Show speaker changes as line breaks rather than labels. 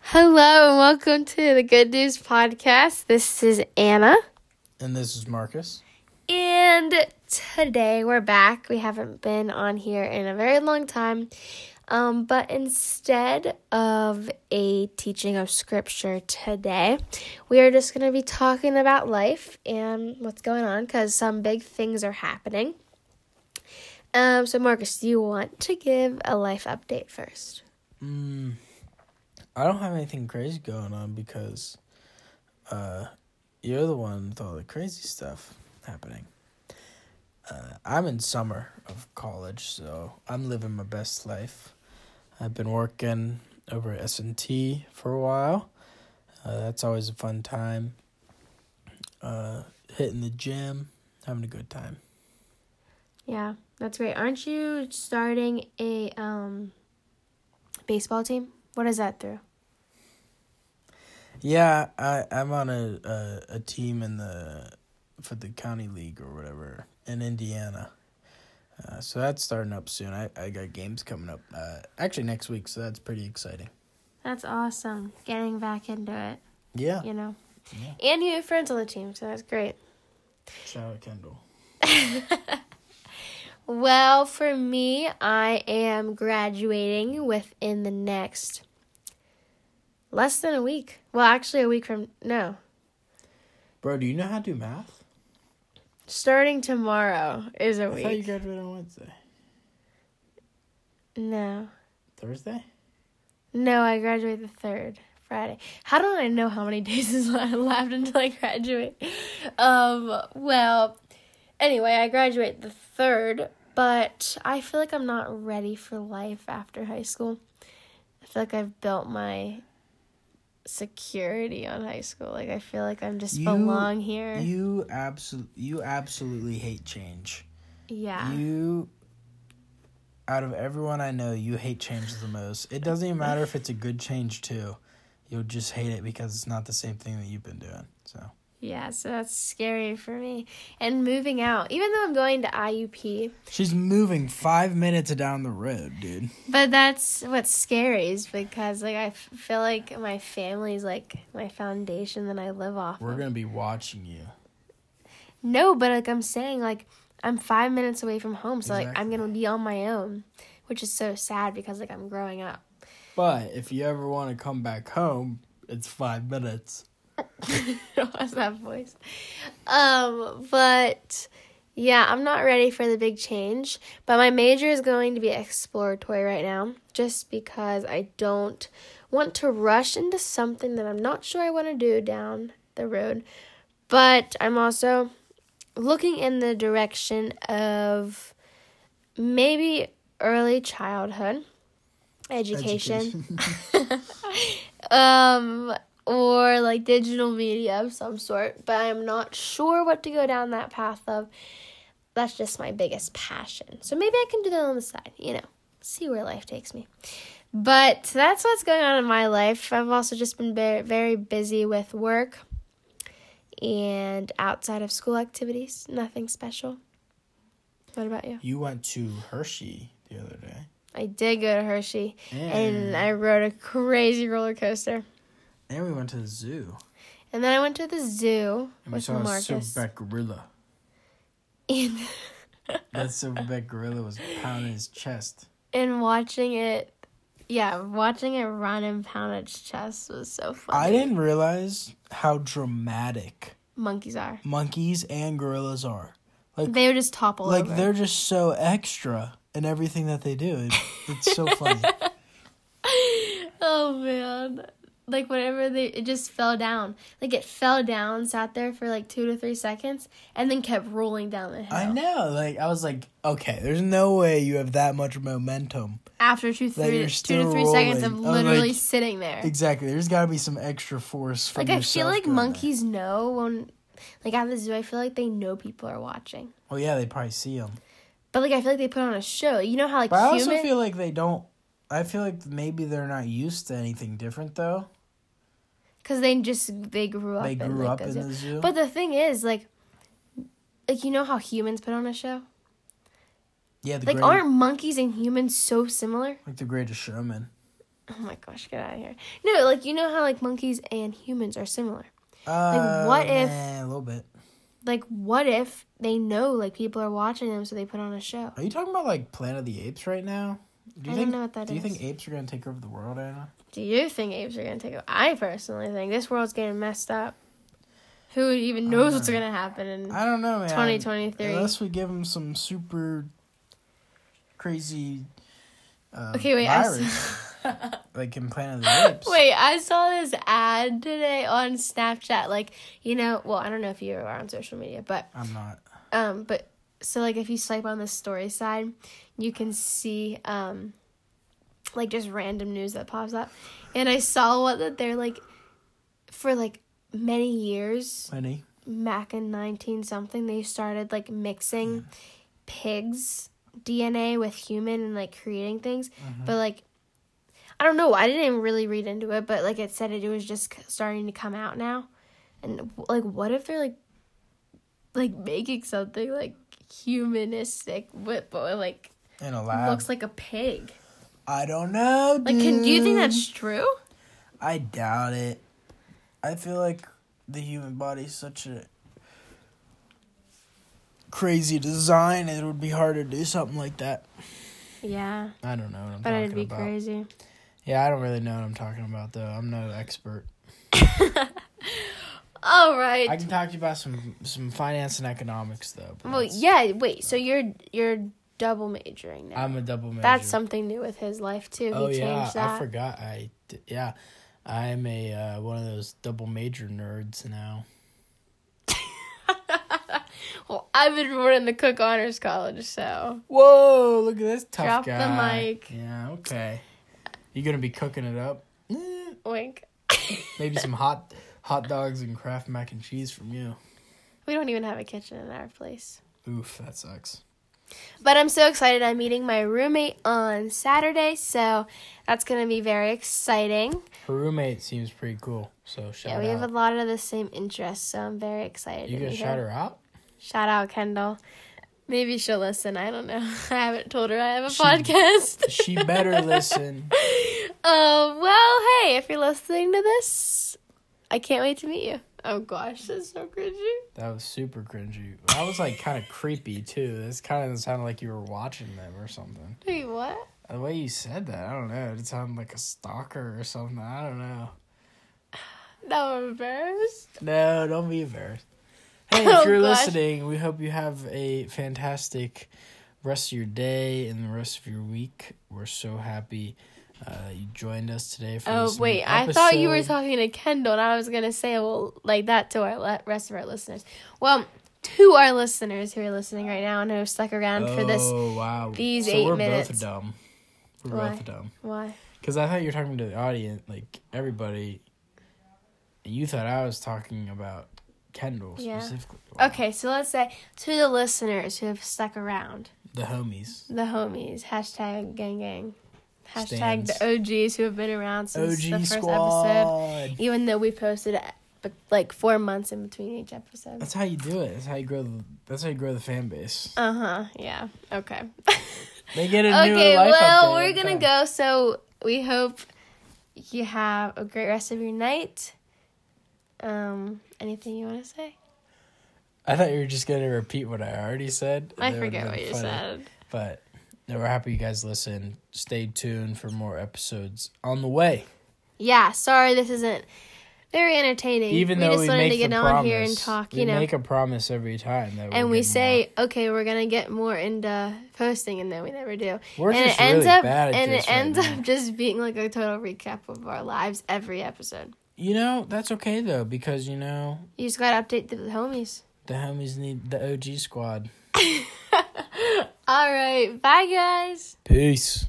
Hello and welcome to the Good News Podcast. This is Anna.
And this is Marcus.
And today we're back. We haven't been on here in a very long time. Um, but instead of a teaching of scripture today, we are just going to be talking about life and what's going on because some big things are happening. Um, so, Marcus, do you want to give a life update first?
Mm, I don't have anything crazy going on because uh, you're the one with all the crazy stuff happening. Uh, I'm in summer of college, so I'm living my best life. I've been working over at S&T for a while. Uh, that's always a fun time. Uh, hitting the gym, having a good time.
Yeah, that's great. Aren't you starting a um baseball team? What is that through?
Yeah, I I'm on a a, a team in the for the county league or whatever in Indiana. Uh, so that's starting up soon. I, I got games coming up uh, actually next week, so that's pretty exciting.
That's awesome. Getting back into it,
Yeah.
you know.
Yeah.
And you have friends on the team, so that's great.
Shout out Kendall.
Well, for me, I am graduating within the next less than a week. Well, actually a week from no.
Bro, do you know how to do math?
Starting tomorrow is a
I thought you
week.
graduated on Wednesday.
No.
Thursday?
No, I graduate the third Friday. How do I know how many days is le- left until I graduate? Um, well, anyway, I graduate the third, but I feel like I'm not ready for life after high school. I feel like I've built my security on high school. Like I feel like I'm just
You-
belong here.
You absol- you absolutely hate change.
yeah.
You out of everyone I know, you hate change the most. It doesn't even matter if it's a good change too. You'll just hate it because it's not the same thing that you've been doing. So
yeah, so that's scary for me. And moving out, even though I'm going to IUP,
She's moving five minutes down the road, dude.
But that's what's scary is because like I f- feel like my family's like my foundation that I live off.
We're
of.
gonna be watching you.
No, but like I'm saying, like I'm five minutes away from home, so like I'm
Exactly.
gonna be on my own, which is so sad because like I'm growing up.
But if you ever want to come back home, it's five minutes.
What's that voice? Um, but yeah, I'm not ready for the big change. But my major is going to be exploratory right now, just because I don't want to rush into something that I'm not sure I want to do down the road. But I'm also looking in the direction of maybe early childhood education um or like digital media of some sort but i'm not sure what to go down that path of that's just my biggest passion so maybe i can do that on the side you know see where life takes me but that's what's going on in my life i've also just been very, very busy with work and outside of school activities nothing special what about you
You went to Hershey the other day,
i did go to hershey
and
and i rode a crazy roller coaster
and we went to the zoo,
And then I went to the zoo
and we
with
saw
Marcus.
a silverback gorilla.
and,
That silverback gorilla was pounding his chest.
and watching it, yeah, watching it run and pound its chest was so funny.
I didn't realize how dramatic
Monkeys are.
monkeys and gorillas are.
They would just topple
like
over.
they're just so extra in everything that they do. It, it's so funny.
Oh man. Like whenever they it just fell down. Like it fell down, sat there for like two to three seconds, and then kept rolling down the hill.
I know. Like I was like, okay, there's no way you have that much momentum.
After two
That
three
you're
two to
still
three seconds of
rolling. I'm
literally
like-
sitting there.
Exactly. There's got to be some extra force from
Like I feel
yourself
like
going there.
monkeys know when like at the zoo I feel like they know people are watching.
Well, yeah, they probably see them.
But like I feel like they put on a show. You know how like
But I
human
also feel like they don't. I feel like maybe they're not used to anything different though.
because they just they grew up.
They
in,
grew
like,
up in the zoo.
But the thing is, like, like you know how humans put on a show.
Yeah, the
Like,
great,
aren't monkeys and humans so similar?
like the greatest showman.
Oh my gosh, get out of here. No, like, you know how, like, monkeys and humans are similar.
Uh,
what if-
eh, a little bit?
Like, what if they know, like, people are watching them, so they put on a show?
Are you talking about like Planet of the Apes right now? Do
I don't
you think?
know what that
do you
is.
think apes are gonna take over the world, Anna?
Do you think apes are gonna take over? I personally think this world's getting messed up. Who even knows what's
don't
gonna happen in
I don't know, man.
2023?
Unless we give them some super crazy. Uh,
Okay, wait, I s-
Virus, like in Planet of the Apes.
Wait, I saw this ad today on Snapchat. Like, you know, well, I don't know if you are on social media, but
I'm not.
um, but so like if you swipe on the story side, you can see um, like just random news that pops up, and I saw one that they're like, for like many years,
Lenny.
back in 19 something they started like mixing pigs dna with human and like creating things
Mm-hmm.
but like i don't know i didn't even really read into it but like it said it, it was just c- starting to come out now and like what if they're like like making something like humanistic with but like
In a lab.
looks like a pig
I don't know.
like can do you think
dude.
that's true
I doubt it. I feel like the human body's such a crazy design. It would be hard to do something like that.
yeah
I don't know what I'm
but
talking
it'd be
about.
crazy
Yeah, I don't really know what I'm talking about though. I'm no expert.
all right
I can talk to you about some some finance and economics though. but
well
that's-
yeah wait so you're you're double majoring now
I'm a double major.
That's something new with his life too.
Oh
he
yeah,
changed that.
I forgot. I d- yeah, I'm a uh, one of those double major nerds now.
Well, I've been running the Cook Honors College, so
Whoa, look at this
Drop
tough
the
guy.
mic.
Yeah, okay. You gonna be cooking it up? Eh,
wink.
Maybe some hot hot dogs and Kraft mac and cheese from you.
We don't even have a kitchen in our place.
Oof, that sucks.
But I'm so excited. I'm meeting my roommate on Saturday, so that's gonna be very exciting.
Her roommate seems pretty cool, so shout
yeah, we
out.
have a lot of the same interests, so I'm very excited.
you
to
gonna
meet
shout her out?
Shout out Kendall. Maybe she'll listen. I don't know. I haven't told her I have a
She-
podcast.
She better listen.
Um, well, hey, if you're listening to this, I can't wait to meet you. Oh gosh, that's so cringy.
That was super cringy. That was like kind of creepy too. This kind of sounded like you were watching them or something.
Wait, what?
The way you said that, I don't know. It sounded like a stalker or something. I don't know.
Now I'm embarrassed.
No, don't be embarrassed. Hey,
Oh,
if you're
gosh.
listening, we hope you have a fantastic rest of your day and the rest of your week. We're so happy uh, you joined us today for
Oh
this new
wait, I thought you were
episode.
talking to Kendall, and I was gonna say well, like that to our le- rest of our listeners. Well, to our listeners who are listening right now and who have stuck around for this.
Oh wow!
these
so
eight
we're
minutes.
both dumb. We're
Why?
both dumb.
Why?
Because I thought you were talking to the audience, like everybody. You thought I was talking about Kendall
Yeah.
specifically. Wow.
Okay, so let's say to the listeners who have stuck around,
The homies.
the homies, hashtag gang gang, hashtag
Stands.
the OGs who have been around since the
OG
first episode.
squad.
even though we posted uh, but, like four months in between each episode.
That's how you do it. That's how you grow. The, that's how you grow the fan base.
Uh huh. Yeah. Okay.
They get a new
okay.
life.
Well, we're gonna go. So we hope you have a great rest of your night. Um. Anything you want to say?
I thought you were just gonna repeat what I already said.
I
That would've
forget
been
what you
funny.
said.
But no, we're happy you guys listen. Stay tuned for more episodes on the way.
Yeah. Sorry, this isn't very entertaining.
Even
we
though
just
we
wanted
make
to get
the
on
promise,
here and talk.
we
You know.
make a promise every time that we'll
and we
get
say, okay, we're gonna get more into posting, and then we never do.
We're
and
just
it ends
really
up,
bad at
and
this
it
right
ends
now.
up just being like a total recap of our lives every episode.
You know that's okay though because you know
You just gotta update the homies.
the homies need the OG squad.
All right, bye guys.
Peace.